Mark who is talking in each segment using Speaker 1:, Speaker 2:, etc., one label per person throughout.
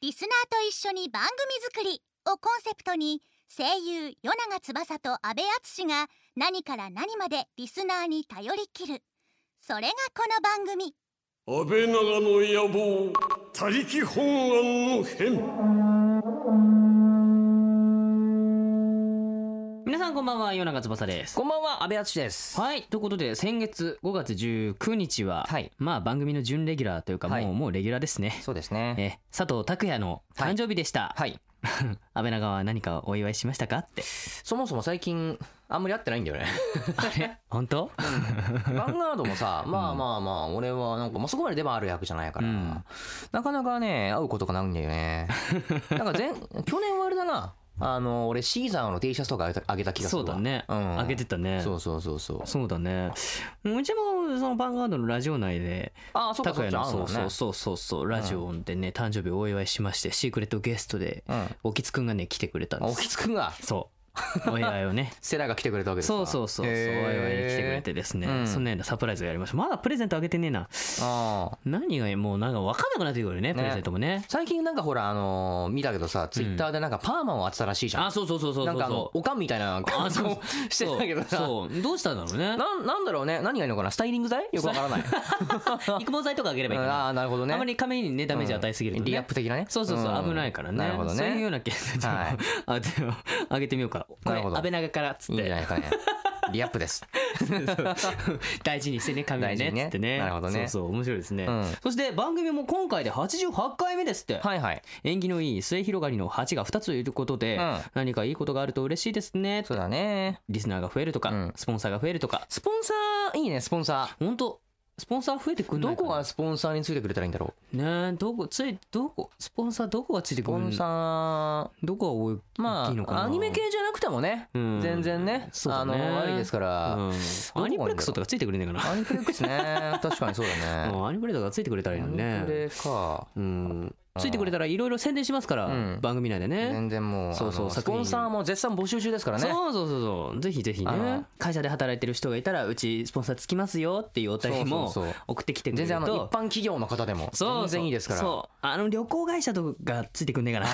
Speaker 1: リスナーと一緒に番組作り」をコンセプトに声優与永翼と阿部淳が何から何までリスナーに頼りきるそれがこの番組
Speaker 2: 安倍長の野望他力本願の変
Speaker 3: 皆さんこんばんは、夜永翼です。
Speaker 4: こんばんは、安倍敦です。
Speaker 3: はい、ということで、先月5月19日は、
Speaker 4: はい
Speaker 3: まあ番組の準レギュラーというか、
Speaker 4: はい
Speaker 3: もう、もうレギュラーですね。
Speaker 4: そうですね。
Speaker 3: え、佐藤拓也の誕生日でした。
Speaker 4: はい。
Speaker 3: 安倍長は何かお祝いしましたかって。
Speaker 4: そもそも最近、あんまり会ってないんだよ ね。
Speaker 3: 本当
Speaker 4: ヴァンガードもさ、まあまあまあ、俺はなんか、まあそこまで出番ある役じゃないから、
Speaker 3: うん
Speaker 4: なかなかね、会うことがないんだ よね。なんか前、去年はあれだな、あの、俺、シーザーの T シャツとかあげたあげた気がする
Speaker 3: そ
Speaker 4: わ
Speaker 3: うだね。
Speaker 4: うん。
Speaker 3: あげてたね。
Speaker 4: そうそうそうそう。
Speaker 3: そうだね。うちも、そのバンガードのラジオ内で、
Speaker 4: ああ、そうか、
Speaker 3: 拓
Speaker 4: そう
Speaker 3: 也の、
Speaker 4: か、
Speaker 3: そうそうそう
Speaker 4: そ
Speaker 3: そうそう、ラジオでね、誕生日お祝いしまして、シークレットゲストで、
Speaker 4: う。うん。
Speaker 3: おきつくんがね、来てくれたん
Speaker 4: あ
Speaker 3: で
Speaker 4: お
Speaker 3: す。
Speaker 4: きつくんが、
Speaker 3: そう。お祝いをね。
Speaker 4: セラが来てくれたわけですか
Speaker 3: そうそうそうそうお祝いに来てくれ。て
Speaker 4: へー
Speaker 3: ですね、
Speaker 4: うん
Speaker 3: そんなようなサプライズをやりましたまだプレゼントあげてねえな
Speaker 4: ああ。
Speaker 3: 何がもうなんか分かんなくなってくるよね
Speaker 4: ね
Speaker 3: プレゼントもね
Speaker 4: 最近なんかほら、あのー見たけどさ、ツイッターでなんかパーマンを当てたらしいじゃん。
Speaker 3: あそうそうそうそう
Speaker 4: な
Speaker 3: そ
Speaker 4: ん
Speaker 3: う
Speaker 4: かあの、
Speaker 3: そう
Speaker 4: おかんみたいな感じ
Speaker 3: そう
Speaker 4: をしてたけどさ。
Speaker 3: そうどうしたんだろうね
Speaker 4: なんなんだろうね何がいいのかなスタイリング剤よくわからない。
Speaker 3: 育毛剤とかあげればいいか
Speaker 4: あ
Speaker 3: な
Speaker 4: あ、なるほどね。
Speaker 3: あまり髪にねダメージ与えすぎると、ね
Speaker 4: リアップ的なね。
Speaker 3: そうそうそう、
Speaker 4: ん
Speaker 3: 危ないからね
Speaker 4: なるほど
Speaker 3: そういうよ
Speaker 4: ね。
Speaker 3: うなケースで、
Speaker 4: はい
Speaker 3: あでもあげてみようかこ
Speaker 4: な
Speaker 3: れ
Speaker 4: るほど
Speaker 3: 安倍長からっつ
Speaker 4: い
Speaker 3: っ
Speaker 4: いんじゃ
Speaker 3: て
Speaker 4: ないですかね。リアップです。
Speaker 3: 大事にしてね髪を
Speaker 4: 大事
Speaker 3: ね
Speaker 4: にね
Speaker 3: つってね
Speaker 4: なるほどね
Speaker 3: そうそう面白いですね、
Speaker 4: うん
Speaker 3: そして番組も今回で88回目ですって
Speaker 4: はいはい。
Speaker 3: 縁起のいい末広がりの8が2つということで、
Speaker 4: うん
Speaker 3: 何かいいことがあると嬉しいですね
Speaker 4: そうだね。
Speaker 3: リスナーが増えるとか、
Speaker 4: うん
Speaker 3: スポンサーが増えるとか
Speaker 4: スポンサー、いいね、スポンサ
Speaker 3: 本当スポンサー増えてく
Speaker 4: ー。
Speaker 3: んな
Speaker 4: ど
Speaker 3: いか
Speaker 4: こ
Speaker 3: な
Speaker 4: がスポンサーについてくれたらいいんだろう。
Speaker 3: ねえどこついどこスポンサーどこがついて
Speaker 4: ス
Speaker 3: く
Speaker 4: ポ
Speaker 3: る
Speaker 4: ンサー、
Speaker 3: どこが多い
Speaker 4: ま
Speaker 3: いいのか
Speaker 4: あ、
Speaker 3: な
Speaker 4: アニメ系じゃなくてもね、
Speaker 3: うん
Speaker 4: 全然ね、
Speaker 3: そう
Speaker 4: あ
Speaker 3: だね
Speaker 4: の、ありですか
Speaker 3: う
Speaker 4: ら。
Speaker 3: んアニプレックスと
Speaker 4: か。
Speaker 3: かついてくれねえかな
Speaker 4: アニプレックスね。確かにそ うだね。
Speaker 3: うんアニプレとかついてくれたらいいのに
Speaker 4: アニプ
Speaker 3: ね
Speaker 4: レか。
Speaker 3: うんついてくれたらいろいろ宣伝しますから、
Speaker 4: うん
Speaker 3: 番組内でね
Speaker 4: 全然もう、
Speaker 3: そうそう
Speaker 4: あのス
Speaker 3: 作
Speaker 4: ポ
Speaker 3: 品
Speaker 4: ンサーも絶賛募集中ですからね。
Speaker 3: そうそうそうそうぜひぜひ
Speaker 4: あ
Speaker 3: ね
Speaker 4: の
Speaker 3: 会社で働いてる人がいたらうちスポンサーつきますよっていうお便りも
Speaker 4: そうそうそう
Speaker 3: 送ってきてくれ
Speaker 4: 全
Speaker 3: ると
Speaker 4: 然あの、一般企業の方でも、
Speaker 3: そうそう
Speaker 4: 全然いいですから。
Speaker 3: そうあの旅行会社とかがついてくんねえかな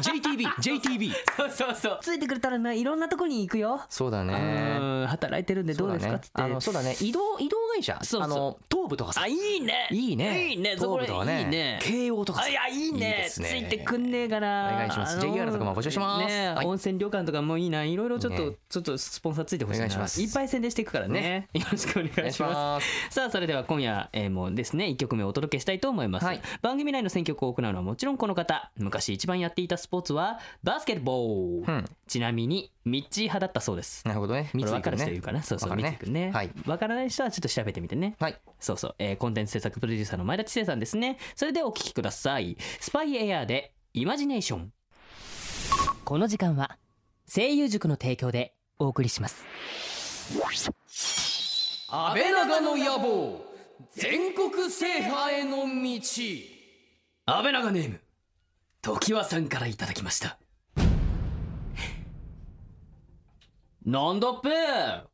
Speaker 4: JTB、JTB。
Speaker 3: そうそうそうついてくれたらないろんなとこに行くよ
Speaker 4: そうだね。
Speaker 3: うん働いてるんでどうですかっつ
Speaker 4: そうだねあ
Speaker 3: っ
Speaker 4: の
Speaker 3: て
Speaker 4: そうだね移動移動会社
Speaker 3: そうそう
Speaker 4: あの東部とかさ
Speaker 3: あいいね
Speaker 4: いいね
Speaker 3: いいね
Speaker 4: 東部
Speaker 3: そこと
Speaker 4: か
Speaker 3: れいいね
Speaker 4: 慶応とか
Speaker 3: あ
Speaker 4: さ
Speaker 3: いやいい
Speaker 4: いい
Speaker 3: ね
Speaker 4: です
Speaker 3: つ
Speaker 4: ね
Speaker 3: いてくんねえかな
Speaker 4: お願いします JR とかも募集します
Speaker 3: ねえ
Speaker 4: はい
Speaker 3: 温泉旅館とかもいいないろいろちょっ
Speaker 4: いい
Speaker 3: と
Speaker 4: ね
Speaker 3: ちょっとスポンサーついてほしい
Speaker 4: お
Speaker 3: な
Speaker 4: 願いします
Speaker 3: いっぱい宣伝していくからねよろしくお
Speaker 4: お
Speaker 3: 願
Speaker 4: 願
Speaker 3: い
Speaker 4: い
Speaker 3: し
Speaker 4: し
Speaker 3: ます
Speaker 4: ます
Speaker 3: さあそれでは今夜、えーもうですね1曲目をお届けしたいと思います、
Speaker 4: はい
Speaker 3: 番組内の選曲を行うのはもちろんこの方昔一番やっていたスポーツはバスケットボール、
Speaker 4: うん
Speaker 3: ちなみにミッチー派だったそうです
Speaker 4: なるほどね
Speaker 3: こ
Speaker 4: 三
Speaker 3: れ分
Speaker 4: 井
Speaker 3: かる
Speaker 4: 君
Speaker 3: 人いる
Speaker 4: ね
Speaker 3: かな、そうそう
Speaker 4: わか
Speaker 3: 三
Speaker 4: る
Speaker 3: 井
Speaker 4: ね
Speaker 3: 君ね、
Speaker 4: はい
Speaker 3: 分からない人はちょっと調べてみてね
Speaker 4: はい
Speaker 3: そうそう、えーコンテンツ制作プロデューサーの前田知世さんですねそれでお聴きくださいスパイエアーでイマジネーションこの時間は声優塾の提供でお送りします
Speaker 4: 安倍長の野望全国制覇への道
Speaker 3: 安倍長ネーム時はさんからいただきましたなんだっぺ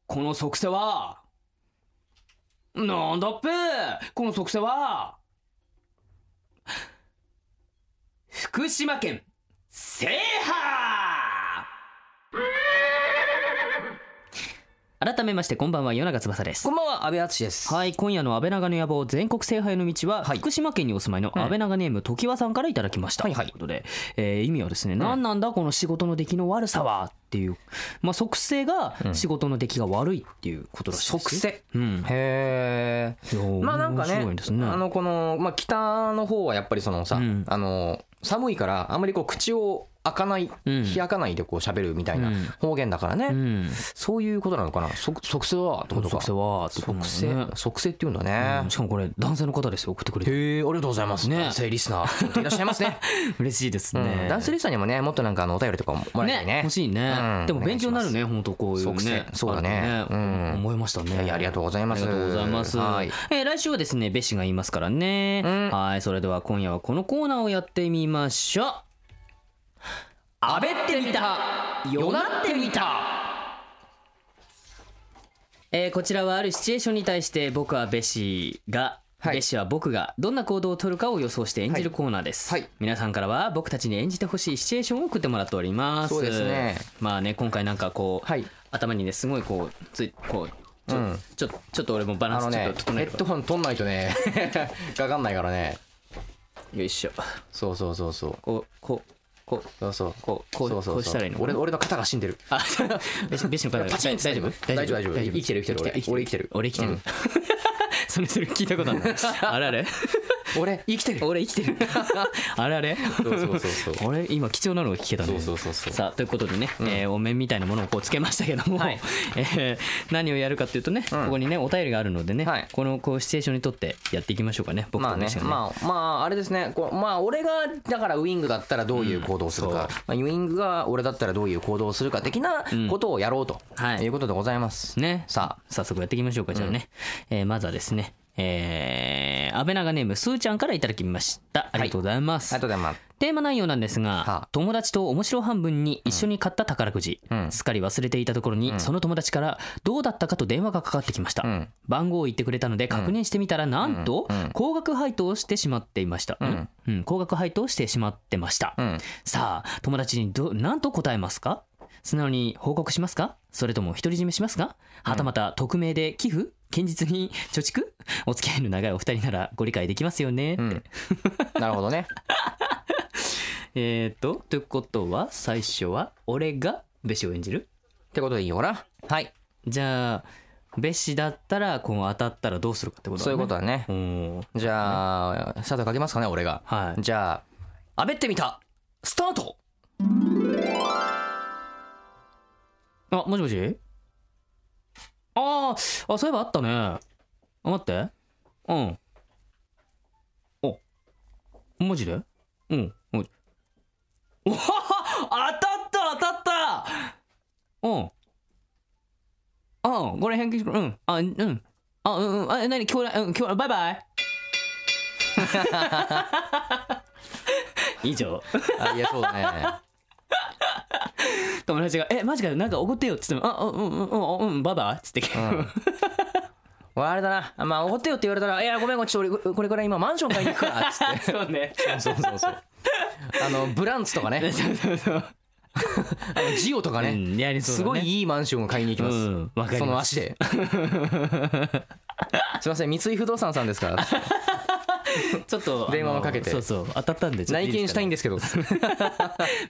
Speaker 3: この即世はなんだっぺこの即世は福島県制覇改めましてこんばんは夜長翼です
Speaker 4: こんばんは安倍敦です
Speaker 3: はい今夜の安倍長の野望全国制覇への道は、
Speaker 4: はい
Speaker 3: 福島県にお住まいの
Speaker 4: うん
Speaker 3: 安倍長ネーム時和さんからいただきました、
Speaker 4: はいはい
Speaker 3: ということで、えー意味はですね、何なんだこの仕事の出来の悪さはっていう、まあ、即性が
Speaker 4: うん
Speaker 3: 仕事の出来が悪いっていうことらしいで
Speaker 4: 即
Speaker 3: すよ
Speaker 4: 世
Speaker 3: うん
Speaker 4: へえ
Speaker 3: いや
Speaker 4: まあなんか
Speaker 3: 面
Speaker 4: ね
Speaker 3: 白いですね
Speaker 4: あのこの、まあ、北の方はやっぱりそのさ、
Speaker 3: うん
Speaker 4: あの寒いからあんまりこう口を開かない、
Speaker 3: うん
Speaker 4: 開かないでこう喋るみたい
Speaker 3: う
Speaker 4: な
Speaker 3: ん
Speaker 4: 方言だからね、
Speaker 3: うん
Speaker 4: そういうことなのかな即即性はってことか
Speaker 3: 即性はってことなのね
Speaker 4: 即性即性っていうんだね
Speaker 3: うん、しかもこれ男性の方ですよ送ってくれて
Speaker 4: へえありがとうございます、
Speaker 3: ね
Speaker 4: 男性リスナーちょっといらっしゃいますね
Speaker 3: 嬉しいです
Speaker 4: う
Speaker 3: ね、
Speaker 4: ん男性リスナーにもねもっとなんかあのお便りとかもらいたいね
Speaker 3: 欲しいね、
Speaker 4: うん
Speaker 3: でも勉強になるね本当こういう
Speaker 4: 即
Speaker 3: ね
Speaker 4: 戦そうだね
Speaker 3: あると
Speaker 4: うん
Speaker 3: 思いましたね
Speaker 4: いやいやありがとうござい
Speaker 3: あ
Speaker 4: ます
Speaker 3: りがとうございます、
Speaker 4: はい
Speaker 3: えー来週はですねべしが言いますからね、
Speaker 4: うん
Speaker 3: はいそれでは今夜はこのコーナーをやってみましょうあべってみたよなってみたえーこちらはあるシチュエーションに対して僕はべしが
Speaker 4: はい
Speaker 3: レッシュは僕がどんな行動を取るかを予想して演じるコーナーです、
Speaker 4: はいはい
Speaker 3: 皆さんからは僕たちに演じてほしいシチュエーションを送ってもらっております
Speaker 4: そうですね
Speaker 3: まあね今回なんかこう、
Speaker 4: はい
Speaker 3: 頭にねすごいこうついこうちょ,、
Speaker 4: うん
Speaker 3: ちょちょっと俺もバラ
Speaker 4: あ
Speaker 3: ン
Speaker 4: の
Speaker 3: スちょ
Speaker 4: ね
Speaker 3: っと整
Speaker 4: ヘ
Speaker 3: える
Speaker 4: ッドホン取んないとね かかんないからね
Speaker 3: よいしょ
Speaker 4: そうそうそうそう
Speaker 3: こうこうこう
Speaker 4: そうそう
Speaker 3: こうこう
Speaker 4: そうそうそう
Speaker 3: こうしたらいいの
Speaker 4: 俺俺の肩が死んでる
Speaker 3: あ、ベシベシの体が
Speaker 4: パチン
Speaker 3: 大丈夫
Speaker 4: 大丈夫大丈夫生きてる生きてる俺
Speaker 3: 俺生きて
Speaker 4: う
Speaker 3: る
Speaker 4: ん。
Speaker 3: それそれ聞いたことある な。あれあれ
Speaker 4: 俺生きてる
Speaker 3: 俺生き てる。あれあれ
Speaker 4: そうそうそうそ う
Speaker 3: 俺今貴重なのが聞けたね
Speaker 4: そうそうそうそう
Speaker 3: さあということでね、えーお面みたいなものをこうつけましたけども、 えー何をやるかというとね、
Speaker 4: うん
Speaker 3: ここにねお便りがあるのでね、
Speaker 4: はい
Speaker 3: このこうシチュエーションにとってやっていきましょうかね僕
Speaker 4: ま
Speaker 3: と
Speaker 4: あね
Speaker 3: ね
Speaker 4: まあまああれですねこうまあ俺がだからウイングだったらどういう行動をするか、まあ、ウイングが俺だったらどういう行動をするか的なことをやろうと、
Speaker 3: はい
Speaker 4: いうことでございます、
Speaker 3: ね
Speaker 4: さあ
Speaker 3: 早速やっていきましょうかじゃあね、えーまずはですねえー、安倍長ネームすーちゃんからいただきましたありがとうございます、
Speaker 4: ありがとうございます
Speaker 3: テーマ内容なんですが、
Speaker 4: あ
Speaker 3: 友達と面白半分に一緒に買った宝くじ、
Speaker 4: うん
Speaker 3: すっかり忘れていたところに、その友達からどうだったかと電話がかかってきました、
Speaker 4: うん
Speaker 3: 番号を言ってくれたので確認してみたら、なんと、
Speaker 4: うん
Speaker 3: 高額配当をしてしまっていました、
Speaker 4: ん
Speaker 3: うん高額配当をしてしまってました、
Speaker 4: うん
Speaker 3: さあ友達にど何と答えますか素直に報告しますかそれとも独り占めしますかはたまた匿名で寄付堅実に貯蓄お付き合いの長いお二人ならご理解できますよね、
Speaker 4: うんなるほどね
Speaker 3: えー、とということは最初は俺がベシを演じる
Speaker 4: ってことでいいよなはい
Speaker 3: じゃあベシだったらこう当たったらどうするかってことだ、ね、
Speaker 4: そういうことだね
Speaker 3: おー
Speaker 4: じゃあスタートかけますかね俺が
Speaker 3: はい
Speaker 4: じゃああべってみたスタート
Speaker 3: あもしもしあーあそういえばあったねあ待ってうんおマジでうんおい おはは当たった当たったうんあこれ返金しろうんあうんあうんうんあえ何今日うん今日バイ バイ以上
Speaker 4: あいやそうだ ね
Speaker 3: 友達が「えマジかよなんか怒ってよ」っつっても「あうんうんうんうんうんバイバイ」っつって
Speaker 4: 俺あれだなまあ怒ってよって言われたら「いやごめんごめんちょっと俺これから今マンション買いに行くから」っつって
Speaker 3: そうね。
Speaker 4: そうそう そうあのブランツとかね
Speaker 3: そうそうそう。
Speaker 4: あのジオとかね、
Speaker 3: うんやりそうだね
Speaker 4: すごいいいマンションを買いに行きます、
Speaker 3: うんわかります
Speaker 4: その足で すいません三井不動産さんで すか ら
Speaker 3: ちょっと
Speaker 4: 電話もかけて
Speaker 3: あのそうそう当たったんでちょっと
Speaker 4: 内見したいん
Speaker 3: で
Speaker 4: ですけどそう
Speaker 3: すかね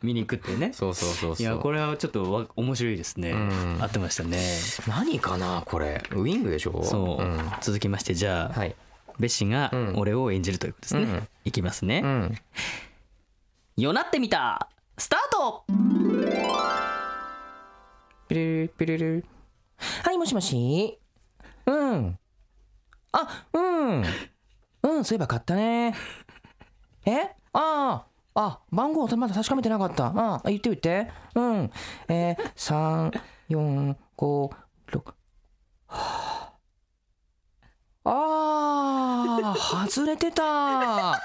Speaker 3: 見に行くってね。
Speaker 4: そうそう
Speaker 3: い
Speaker 4: そ
Speaker 3: や
Speaker 4: う
Speaker 3: これはちょっとわ面白いですね
Speaker 4: ん。
Speaker 3: 合ってましたね。
Speaker 4: 何かなこれウイングでしょ
Speaker 3: そう
Speaker 4: うん、
Speaker 3: 続きましてじゃあ
Speaker 4: はい
Speaker 3: ベシが
Speaker 4: うん
Speaker 3: 俺を演じるということです
Speaker 4: う
Speaker 3: ね
Speaker 4: ん。
Speaker 3: いきます
Speaker 4: う
Speaker 3: ね。
Speaker 4: ん
Speaker 3: よなってみた。スター ト。
Speaker 4: ピルルピルルはいもしもしうんあうんうんそういえば買ったねえあああ番号まだ確かめてなかったああ言って言ってうんえー、三四五六はああー外れてた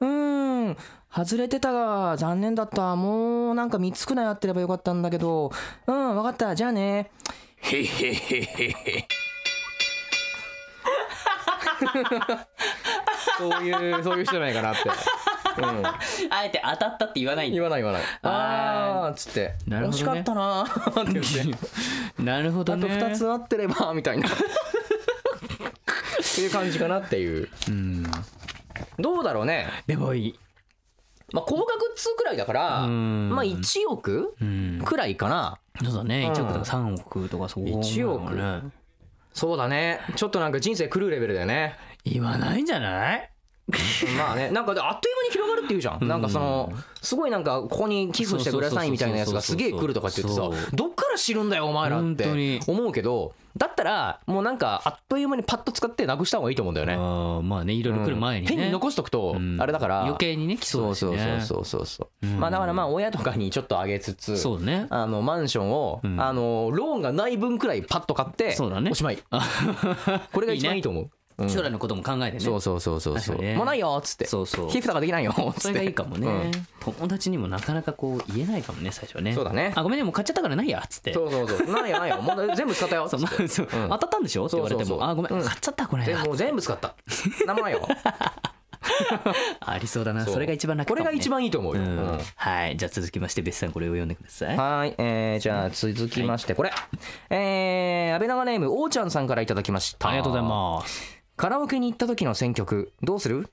Speaker 4: うん外れてたが残念だったもうなんか3つくらいあってればよかったんだけどうん分かったじゃあねへへへへへそういうそういう人じゃないかなって、うん、
Speaker 3: あえて当たったって言わないんだ
Speaker 4: 言わない言わない
Speaker 3: あ
Speaker 4: あーっつって
Speaker 3: なるほどね
Speaker 4: 惜しかったなーって言って
Speaker 3: なるほど
Speaker 4: あと
Speaker 3: ね。
Speaker 4: 2つあってればみ たいなっていう感じかなっていう
Speaker 3: うん。
Speaker 4: どうだろうね
Speaker 3: でもいい。
Speaker 4: まあ高額通くらいだから
Speaker 3: うん
Speaker 4: まあ1億
Speaker 3: うん。
Speaker 4: くらいかな
Speaker 3: そうだ
Speaker 4: う
Speaker 3: ね。
Speaker 4: ん
Speaker 3: 一億とか三億とかそこぐらいだもんね
Speaker 4: 1億そうだねちょっとなんか人生狂うレベルだよね
Speaker 3: 言わないんじゃない？
Speaker 4: まあねなんかであっという間に広がるっていうじゃん、なんかそのすごいなんかここに寄付してくださいみたいなやつがすげえ来るとかって言って
Speaker 3: そう
Speaker 4: さどっから知るんだよお前らっ
Speaker 3: 本当
Speaker 4: て
Speaker 3: に
Speaker 4: 思うけどだったらもうなんかあっという間にパッと使ってなくした方がいいと思うんだよね。
Speaker 3: あーまあねいろいろ来る前にね、
Speaker 4: 変に残しとくと
Speaker 3: うん
Speaker 4: あれだから、
Speaker 3: 余計にね来そう
Speaker 4: そ
Speaker 3: だ
Speaker 4: う
Speaker 3: し
Speaker 4: そ
Speaker 3: ね
Speaker 4: うそうそうそうそう
Speaker 3: うん
Speaker 4: まあだからまあ親とかにちょっとあげつつ
Speaker 3: そうね
Speaker 4: あのマンションを、
Speaker 3: うん
Speaker 4: あのローンがない分くらいパッと買って
Speaker 3: そうだね
Speaker 4: おしまいこれが一番いいと思ううん
Speaker 3: 将来のことも考えてね、
Speaker 4: そうそうそうそうそ
Speaker 3: 確
Speaker 4: う、
Speaker 3: かにね
Speaker 4: もうないよっつって
Speaker 3: そうそう
Speaker 4: 皮膚とかできないよっつって
Speaker 3: それがいいかもね、
Speaker 4: うん
Speaker 3: 友達にもなかなかこう言えないかもね最初はね
Speaker 4: そうだね
Speaker 3: あごめんねもう買っちゃったからないやっつって
Speaker 4: そうそうそうないよないよもう全部使ったよっつ
Speaker 3: そう
Speaker 4: って
Speaker 3: まあそう
Speaker 4: うん
Speaker 3: 当たったんでしょって言われても
Speaker 4: そうそうそう
Speaker 3: あごめん、
Speaker 4: うん
Speaker 3: 買っちゃったこれ
Speaker 4: 全部もう全部使った何もな いよ
Speaker 3: ありそうだな
Speaker 4: そ
Speaker 3: そうれが一番楽
Speaker 4: こ
Speaker 3: かも
Speaker 4: れ
Speaker 3: ね
Speaker 4: が一番いいと思う
Speaker 3: う
Speaker 4: よ、うんん
Speaker 3: はいじゃあ続きまして別さんこれを読んでください
Speaker 4: はい、えー、じゃあ続きましてこれ、えー、安倍長ネームおーちゃんさんからいただきました
Speaker 3: ありがとうございます
Speaker 4: カラオケに行った時の選曲どうする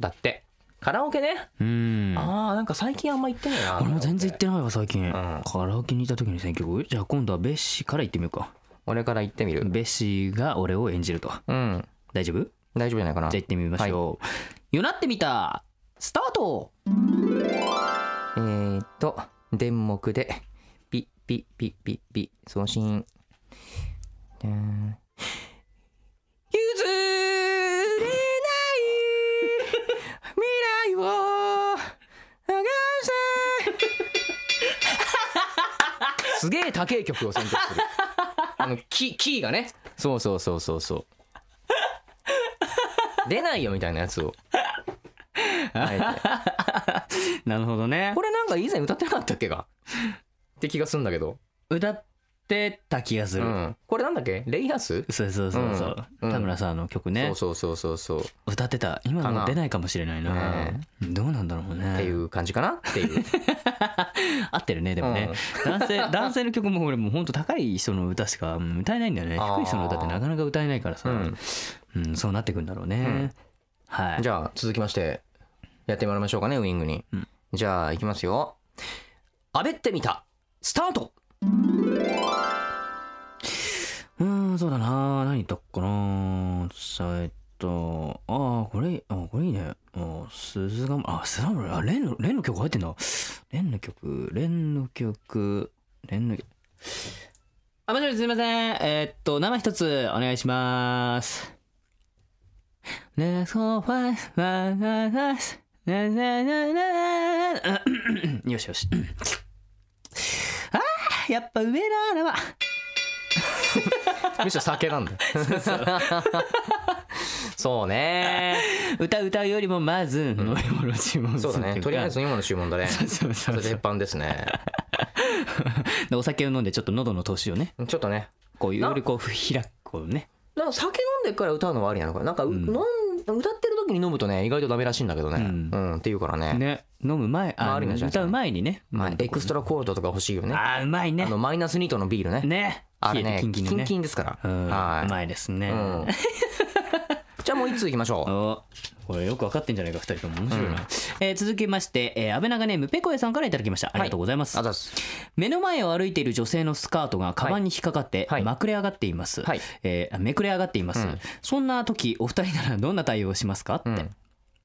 Speaker 4: だってカラオケね、
Speaker 3: うん
Speaker 4: ああなんか最近あんま行ってないな
Speaker 3: 俺も全然行ってないわ最近、
Speaker 4: ん
Speaker 3: カラオケにいた時の選曲じゃあ今度はベッシーから行ってみようか
Speaker 4: 俺から行ってみる
Speaker 3: ベッシーが俺を演じると
Speaker 4: うん
Speaker 3: 大丈夫
Speaker 4: 大丈夫じゃないかな
Speaker 3: じゃあ行ってみましょう、よなってみたスタート
Speaker 4: えー、っと電目でピッピッピッピッピッ送信じゃーん譲れない未来を探せすげえ高い曲を選択するあのキキーがねそうそうそうそうそう出ないよみたいなやつをあえて
Speaker 3: なるほどね
Speaker 4: これなんか以前歌ってなかったっけかって気がするんだけど、
Speaker 3: 歌ってた気がす
Speaker 4: う
Speaker 3: る、
Speaker 4: ん、これなんだっけレイアス、
Speaker 3: そうそうそうそう、
Speaker 4: うん
Speaker 3: 田村さんの曲ね
Speaker 4: そうそうそうそうそう、
Speaker 3: 歌ってた今もう出ないかもしれないな
Speaker 4: ね
Speaker 3: どうなんだろうね
Speaker 4: っていう感じかなっていう
Speaker 3: 合ってるねでもね、男性 男性の曲も俺もうほんと高い人の歌しかうん歌えないんだよね
Speaker 4: あー
Speaker 3: 低い人の歌ってなかなか歌えないからさ、う
Speaker 4: うんん
Speaker 3: そうなってくんだろうね、
Speaker 4: ん
Speaker 3: はい
Speaker 4: じゃあ続きましてやってもらいましょうかねウイングに、
Speaker 3: うん
Speaker 4: じゃあいきますよあべってみたスタート
Speaker 3: うーんそうだな何言ったっかなさえっとああこれあこれいいねあ鈴があスラムあレンのレンの曲入ってんだレンの曲レンの曲レンの曲あもしもしすいませんえーっと生一つお願いしますねそうファイファイファイファイねねねねねよしよしあーやっぱ上だな生
Speaker 4: むしろ酒なんだよ そうね
Speaker 3: 歌歌うよりもまず飲み物を注文す
Speaker 4: そ
Speaker 3: る
Speaker 4: うだ
Speaker 3: ってい
Speaker 4: ね
Speaker 3: か
Speaker 4: とりあえず今の注文だね
Speaker 3: そうそう
Speaker 4: そ
Speaker 3: そう
Speaker 4: れ鉄板ですね
Speaker 3: でお酒を飲んでちょっと喉の通しをね
Speaker 4: ちょっとね
Speaker 3: こう
Speaker 4: な
Speaker 3: よりこう開くこうね
Speaker 4: なんか酒飲んでから歌うのはありなのかななんかう、
Speaker 3: うん
Speaker 4: 飲ん歌ってる時に飲むとね意外とダメらしいんだけどね、う
Speaker 3: うんん
Speaker 4: っていうからね
Speaker 3: ね飲む前
Speaker 4: まあ
Speaker 3: あ
Speaker 4: ありなんじゃないですか
Speaker 3: 歌う前にね
Speaker 4: まあ、エクスト
Speaker 3: ラ
Speaker 4: ラコールドとか欲しいよね
Speaker 3: あーうまいね
Speaker 4: あのマイナス2度のビールね
Speaker 3: ね
Speaker 4: あ
Speaker 3: 冷
Speaker 4: れ
Speaker 3: えて
Speaker 4: ね
Speaker 3: キンキンにね
Speaker 4: キンですから、
Speaker 3: うんう
Speaker 4: は
Speaker 3: まいです
Speaker 4: い、
Speaker 3: ね
Speaker 4: うん、じゃあもう一通いきましょ
Speaker 3: おこれよく分かってんじゃないか2人とも面白いな、えー続きまして、えー、安倍長ネームペコエさんからいただきましたありがとうございます、
Speaker 4: うあざっす
Speaker 3: 目の前を歩いている女性のスカートがカバンに引っかかって
Speaker 4: はい
Speaker 3: まくれ上がっています、
Speaker 4: はい
Speaker 3: えーめくれ上がっています、
Speaker 4: うん
Speaker 3: そんな時お二人ならどんな対応をしますかって、
Speaker 4: うん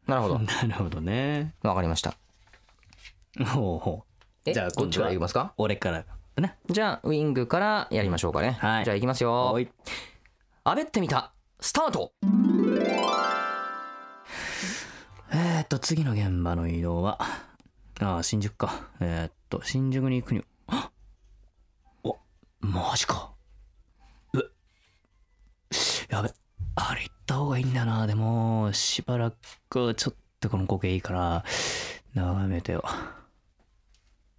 Speaker 4: なるほど
Speaker 3: なるほどね
Speaker 4: わかりました
Speaker 3: ほうほう
Speaker 4: え
Speaker 3: じゃあ
Speaker 4: どっ
Speaker 3: 今
Speaker 4: ち
Speaker 3: 度
Speaker 4: から
Speaker 3: はい
Speaker 4: きますか
Speaker 3: 俺からだな
Speaker 4: じゃあウイングからやりましょうかね、
Speaker 3: はい
Speaker 4: じゃあいきますよ
Speaker 3: はい
Speaker 4: あべってみたスタート
Speaker 3: えー、っと次の現場の移動はああ新宿かえー、っと新宿に行くにはおマジかうやべあれ行った方がいいんだなでもしばらくちょっとこの光景いいから眺めてよあ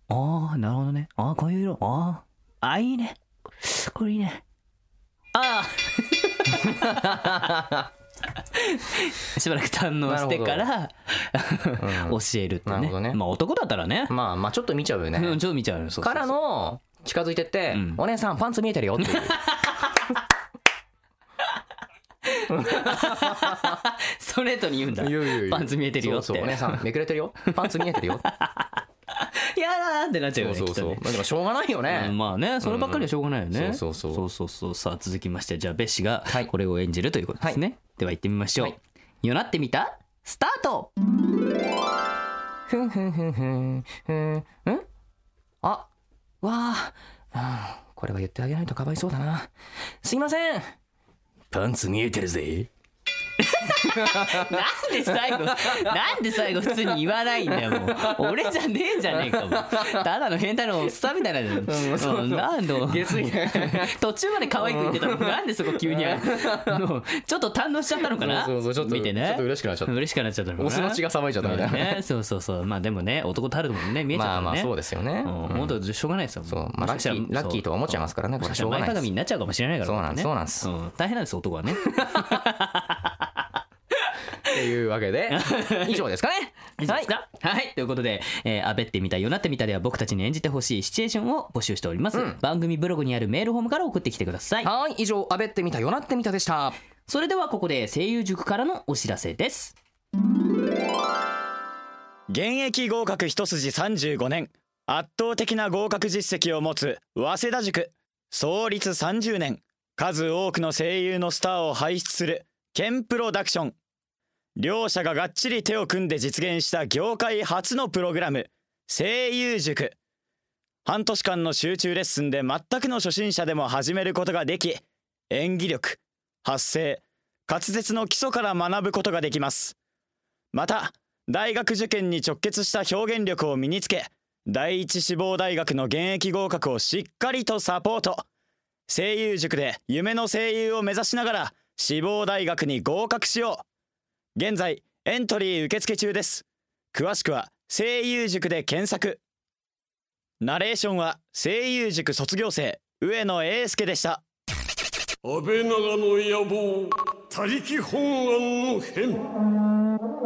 Speaker 3: あなるほどねああこういう色あああいいねこれいいねああ しばらく堪能してから
Speaker 4: うん
Speaker 3: 教えるって
Speaker 4: なるほど
Speaker 3: ね
Speaker 4: ね
Speaker 3: まあ男だったらね
Speaker 4: まあまあちょっと見ちゃうよね、
Speaker 3: うん ちょっと見ちゃうよそうそうそう
Speaker 4: からの近づいてって、
Speaker 3: うん
Speaker 4: お姉さんパンツ見えてる よっていう
Speaker 3: ストレートに言うんだパンツ見えてるよって
Speaker 4: そうそうお姉さんめくれてるよ パンツ見えてる
Speaker 3: や
Speaker 4: よ
Speaker 3: だーってなっちゃうよねきっとね
Speaker 4: まあでもしょうがないよね、
Speaker 3: うんまあねそればっかりはしょうがないよね、
Speaker 4: うんそうそうそう
Speaker 3: そうそうさあ続きましてじゃあベッシが
Speaker 4: はい
Speaker 3: これを演じるということですね、では行ってみましょう、
Speaker 4: はい
Speaker 3: よなってみたスタート
Speaker 4: ふんふんふんふんふんんあわああーこれは言ってあげないとかわいそうだなすいませんパンツ見えてるぜ
Speaker 3: なんで最 後なんで最後普通に言わないんだよもう俺じゃねえじゃねえかもうただの変態のおっさんみたいなじゃん、
Speaker 4: うんそう
Speaker 3: うんなんだ
Speaker 4: 下水
Speaker 3: 途中まで可愛く言ってたのになんでそこ急にあ のちょっと堪能しちゃったのかな
Speaker 4: そうそうそうちょっと
Speaker 3: 見てね
Speaker 4: ちょっと嬉しくなっちゃった
Speaker 3: 嬉しくなっちゃったのかな
Speaker 4: オスの血がさばいちゃったみたいな
Speaker 3: ねそうそうそうまあでもね男たるもんね見えちゃった
Speaker 4: ま
Speaker 3: ら
Speaker 4: あ
Speaker 3: ね
Speaker 4: まあそうですよね、
Speaker 3: うん
Speaker 4: うん
Speaker 3: 本当しょうがないですよ。
Speaker 4: そうま
Speaker 3: も
Speaker 4: あ
Speaker 3: しかしたら
Speaker 4: ラッキーラッキーとは思っちゃいますからね
Speaker 3: そうも
Speaker 4: これは
Speaker 3: しかしたら
Speaker 4: しょうがな
Speaker 3: 前
Speaker 4: いです
Speaker 3: かがみになっちゃうかもしれないから。
Speaker 4: そうなんです
Speaker 3: これね
Speaker 4: そう
Speaker 3: うん大変なんです男はね。
Speaker 4: っていうわけで以上ですかね
Speaker 3: 以上ですかはい。ということで、えー、あべってみた、よなってみたでは僕たちに演じてほしいシチュエーションを募集しております。
Speaker 4: うん
Speaker 3: 番組ブログにあるメールホームから送ってきてください。
Speaker 4: はい以上「あべってみたよなってみた」でした
Speaker 3: それではここで声優塾からのお知らせです。
Speaker 5: 現役合格一筋35年圧倒的な合格実績を持つ早稲田塾創立30年数多くの声優のスターを輩出するケンプロダクション両者ががっちり手を組んで実現した業界初のプログラム声優塾半年間の集中レッスンで全くの初心者でも始めることができ演技力発声滑舌の基礎から学ぶことができますまた大学受験に直結した表現力を身につけ第一志望大学の現役合格をしっかりとサポート声優塾で夢の声優を目指しながら志望大学に合格しよう現在エントリー受付中です詳しくは声優塾で検索ナレーションは声優塾卒業生上野英介でした
Speaker 2: 安倍長の野望他力本願の変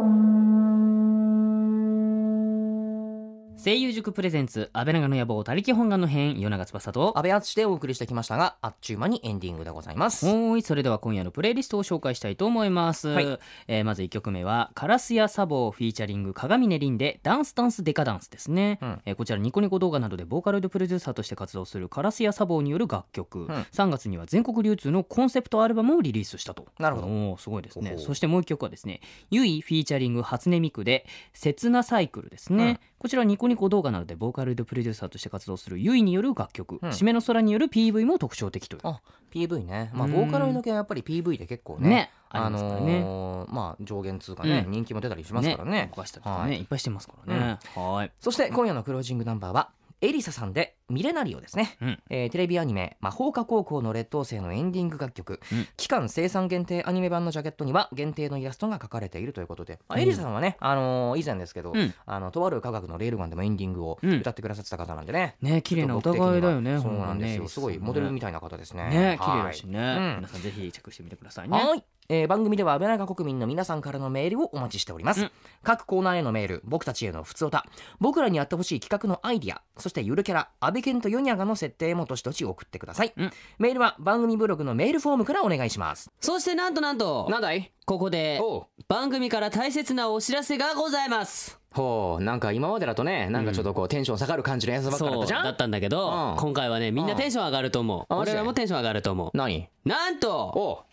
Speaker 3: 声優塾プレゼンツ、安倍長の野望、他力本願の編、与永翼と。
Speaker 4: 阿部淳でお送りしてきましたがあっちゅう間にエンディングでございます
Speaker 3: おーいそれでは今夜のプレイリストを紹介したいと思います、
Speaker 4: はい
Speaker 3: えーまず1曲目は「カラスやサボ」フィーチャリング鏡音凛で「ダンスダンスデカダンス」ですね、
Speaker 4: うん
Speaker 3: えーこちらニコニコ動画などでボーカロイドプロデューサーとして活動するカラスやサボによる楽曲、3月には全国流通のコンセプトアルバムをリリースしたと
Speaker 4: なるほど
Speaker 3: おーすごいですね
Speaker 4: ほほう
Speaker 3: そしてもう1曲はですねゆいフィーチャリング初音ミクで「刹那サイクル」ですね、
Speaker 4: うん
Speaker 3: こちらニコニコ動画などでボーカロイドプロデューサーとして活動するゆいによる楽曲「
Speaker 4: うん
Speaker 3: 締めの空」による PV も特徴的という
Speaker 4: あ PV ねまあ
Speaker 3: うん
Speaker 4: ボーカロイド系はやっぱり PV で結構ね
Speaker 3: ねあ
Speaker 4: あ
Speaker 3: りますから
Speaker 4: の
Speaker 3: ね、
Speaker 4: ーまあ上限通貨ね、
Speaker 3: う
Speaker 4: 人気も出たりしますからね
Speaker 3: 動かしたりとかね、
Speaker 4: はい
Speaker 3: い、っぱいしてますからね、はい
Speaker 4: そして今夜のクロージングナンバーはエリサさんで「ミレナリオ」ですね、
Speaker 3: うん
Speaker 4: えーテレビアニメ「魔法科高校の劣等生」のエンディング楽曲、
Speaker 3: うん
Speaker 4: 期間生産限定アニメ版のジャケットには限定のイラストが書かれているということで、まあ
Speaker 3: うん
Speaker 4: エリサさんはね、あのー以前ですけど、
Speaker 3: うん
Speaker 4: あのとある科学のレールガンでもエンディングを
Speaker 3: うん
Speaker 4: 歌ってくださってた方なんでね、
Speaker 3: ね綺麗な歌声だよね
Speaker 4: そうなんですよ、
Speaker 3: ほ
Speaker 4: す
Speaker 3: と
Speaker 4: ご
Speaker 3: ね
Speaker 4: いモデルみたいな方ですね
Speaker 3: ね綺麗だしね、
Speaker 4: はいうん
Speaker 3: 皆さんぜひチェックしてみてくださいね
Speaker 4: はい、えー番組では安倍長国民の皆さんからのメールをお待ちしております、
Speaker 3: うん
Speaker 4: 各コーナーへのメール僕たちへの普通歌僕らにやってほしい企画のアイディアそしてゆるキャラ安倍健とヨニャガの設定もどしどし送ってください、
Speaker 3: うん
Speaker 4: メールは番組ブログのメールフォームからお願いします
Speaker 3: そしてなんとなんと
Speaker 4: だい
Speaker 3: ここで
Speaker 4: おう
Speaker 3: 番組から大切なお知らせがございます
Speaker 4: ほうなんか今までだとねなんかちょっとこう、テンション下がる感じのやつばっかだっ
Speaker 3: そ
Speaker 4: た
Speaker 3: う
Speaker 4: じゃ
Speaker 3: だ
Speaker 4: ん
Speaker 3: ったんだけど、
Speaker 4: うん
Speaker 3: 今回はねみんなテンション上がると思う、
Speaker 4: うんあマジ
Speaker 3: 俺
Speaker 4: で
Speaker 3: らもテンション上がると思う
Speaker 4: 何
Speaker 3: なんと
Speaker 4: おう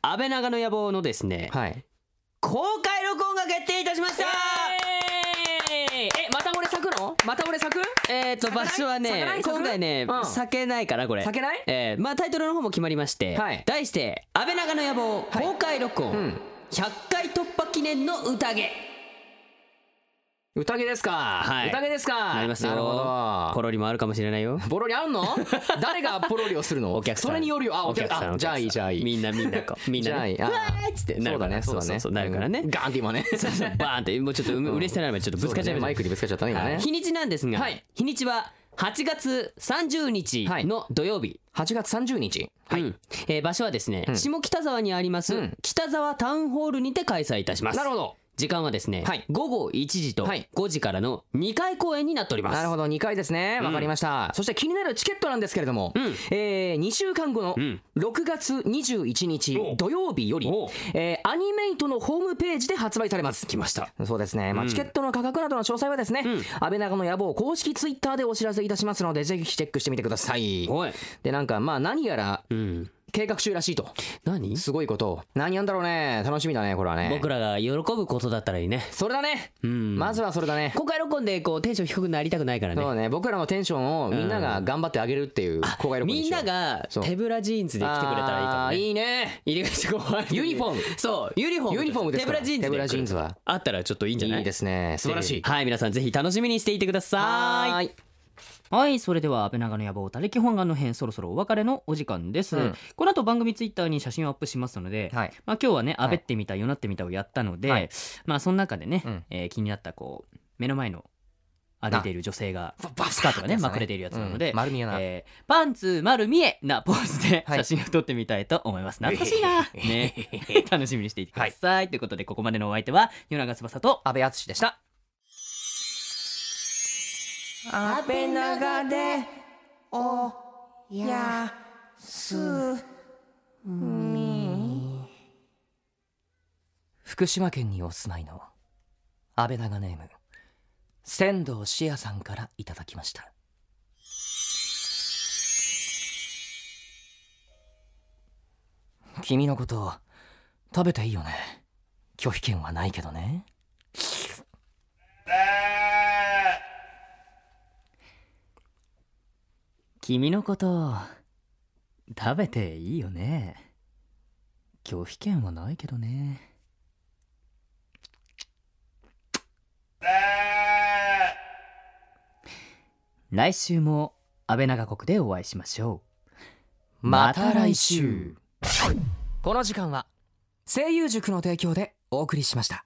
Speaker 3: 安倍長の野望のですね、
Speaker 4: はい
Speaker 3: 公開録音が決定いたしました
Speaker 6: えまた俺咲くのまた俺咲く
Speaker 3: えー、と場所は
Speaker 6: 咲かな
Speaker 3: ね
Speaker 6: い咲か
Speaker 3: 今
Speaker 6: ない
Speaker 3: 回ね、
Speaker 6: うん
Speaker 3: 避けないからこれ
Speaker 6: 避けない
Speaker 3: えーまあタイトルの方も決まりまして、
Speaker 6: はい
Speaker 3: 題して「安倍長の野望公開録音、
Speaker 4: ん
Speaker 3: 100回突破記念の宴
Speaker 6: 宴ですか、
Speaker 3: はい
Speaker 6: 宴です」か
Speaker 3: なりますよ
Speaker 6: なるほど
Speaker 3: ポロリもあるかもしれないよ
Speaker 6: ポロリあん の誰がポロリをするの
Speaker 3: お客さん
Speaker 6: それによるよあお客さん
Speaker 3: お
Speaker 6: あじゃあいいじゃあいい
Speaker 3: みんなみんなこうみんなね
Speaker 4: じゃあいいあー
Speaker 3: うわーっつってな
Speaker 4: そ
Speaker 3: るか
Speaker 4: うだ
Speaker 3: ら
Speaker 4: ねそうだ
Speaker 3: そう
Speaker 4: ね
Speaker 3: そうなるからね、
Speaker 4: うんガンって今ね
Speaker 3: そう そうバーンってもうちょっとう嬉しさになればちょっとぶつかっちゃいました
Speaker 4: マイクにぶつかっちゃったね今ね
Speaker 3: 日にちなんですが、
Speaker 6: はい
Speaker 3: 日にちは8月30日の土曜日、
Speaker 4: 8月30日
Speaker 3: うんえー場所はですね、
Speaker 4: ん
Speaker 3: 下北沢にあります、
Speaker 4: うん
Speaker 3: 北沢タウンホールにて開催いたします
Speaker 4: なるほど
Speaker 3: 時間はですね、
Speaker 4: はい
Speaker 3: 午後1時と
Speaker 4: はい
Speaker 3: 5時からの2回公演になっております、
Speaker 4: なるほ
Speaker 3: ど
Speaker 4: ど2回ですねわかりました、そして気になるチケットなんですけれども、
Speaker 3: ん
Speaker 4: えー、2週間後の
Speaker 3: ん
Speaker 4: 6月21日土曜日より
Speaker 3: おう、
Speaker 4: えー、アニメイトのホームページで発売されます
Speaker 3: 来ました
Speaker 4: そうですね、まあチケットの価格などの詳細はですね、安倍長の野望公式ツイッターでお知らせいたしますのでぜひチェックしてみてください
Speaker 3: おい
Speaker 4: でなんかまあ何やら
Speaker 3: うん
Speaker 4: 計画中らしいと
Speaker 6: 何
Speaker 4: すごいこと何やんだろうね楽しみだねこれはね
Speaker 6: 僕らが喜ぶことだったらいいね
Speaker 4: それだね
Speaker 6: うん
Speaker 4: まずはそれだね
Speaker 6: 公開録音でこうテンション低くなりたくないから
Speaker 4: そう
Speaker 6: ね
Speaker 4: ね僕らのテンションをみんなが頑張ってあげるっていう公開録音に
Speaker 6: み
Speaker 4: し
Speaker 6: ん
Speaker 4: よう
Speaker 6: なが
Speaker 4: そう
Speaker 6: 手ぶらジーンズで来てくれたらいいかも
Speaker 4: あー
Speaker 6: ね
Speaker 4: いいね
Speaker 6: 入り口こう
Speaker 4: ユニフォーム
Speaker 6: そうユニフォーム
Speaker 4: ユニフォームで
Speaker 6: 手
Speaker 4: す
Speaker 6: ぶ
Speaker 4: から
Speaker 6: らジーンズで
Speaker 4: 手ぶらジーンズは
Speaker 6: あったらちょっといいんじゃない
Speaker 4: いいですね素晴らしい
Speaker 6: はい皆さんぜひ楽しみにしていてください
Speaker 4: はーい
Speaker 3: はいそれでは安倍長の野望たれき本願の編そろそろお別れのお時間です、
Speaker 4: うん
Speaker 3: この後番組ツイッターに写真をアップしますので、
Speaker 4: はい
Speaker 3: まあ、今日はね「
Speaker 4: い
Speaker 3: 安倍ってみたよなってみた」をやったので、
Speaker 4: はい
Speaker 3: まあその中でね、
Speaker 4: うん
Speaker 3: えー気になったこう目の前の歩いている女性がスカートがねまくれているやつなので、
Speaker 4: うん丸見えな
Speaker 3: えーパンツ丸見えなポーズで
Speaker 4: はい
Speaker 3: 写真を撮ってみたいと思います、懐かしい な、ね、楽しみにしていてください、ということでここまでのお相手は与永翼と
Speaker 4: 安倍敦でした安倍長でおやすみ福島県にお住まいの安倍長ネーム仙道志也さんからいただきました君のことを食べていいよね拒否権はないけどね
Speaker 3: 君のこと食べていいよね拒否権はないけどね来週も安倍長国でお会いしましょう
Speaker 4: また来週この時間は声優塾の提供でお送りしました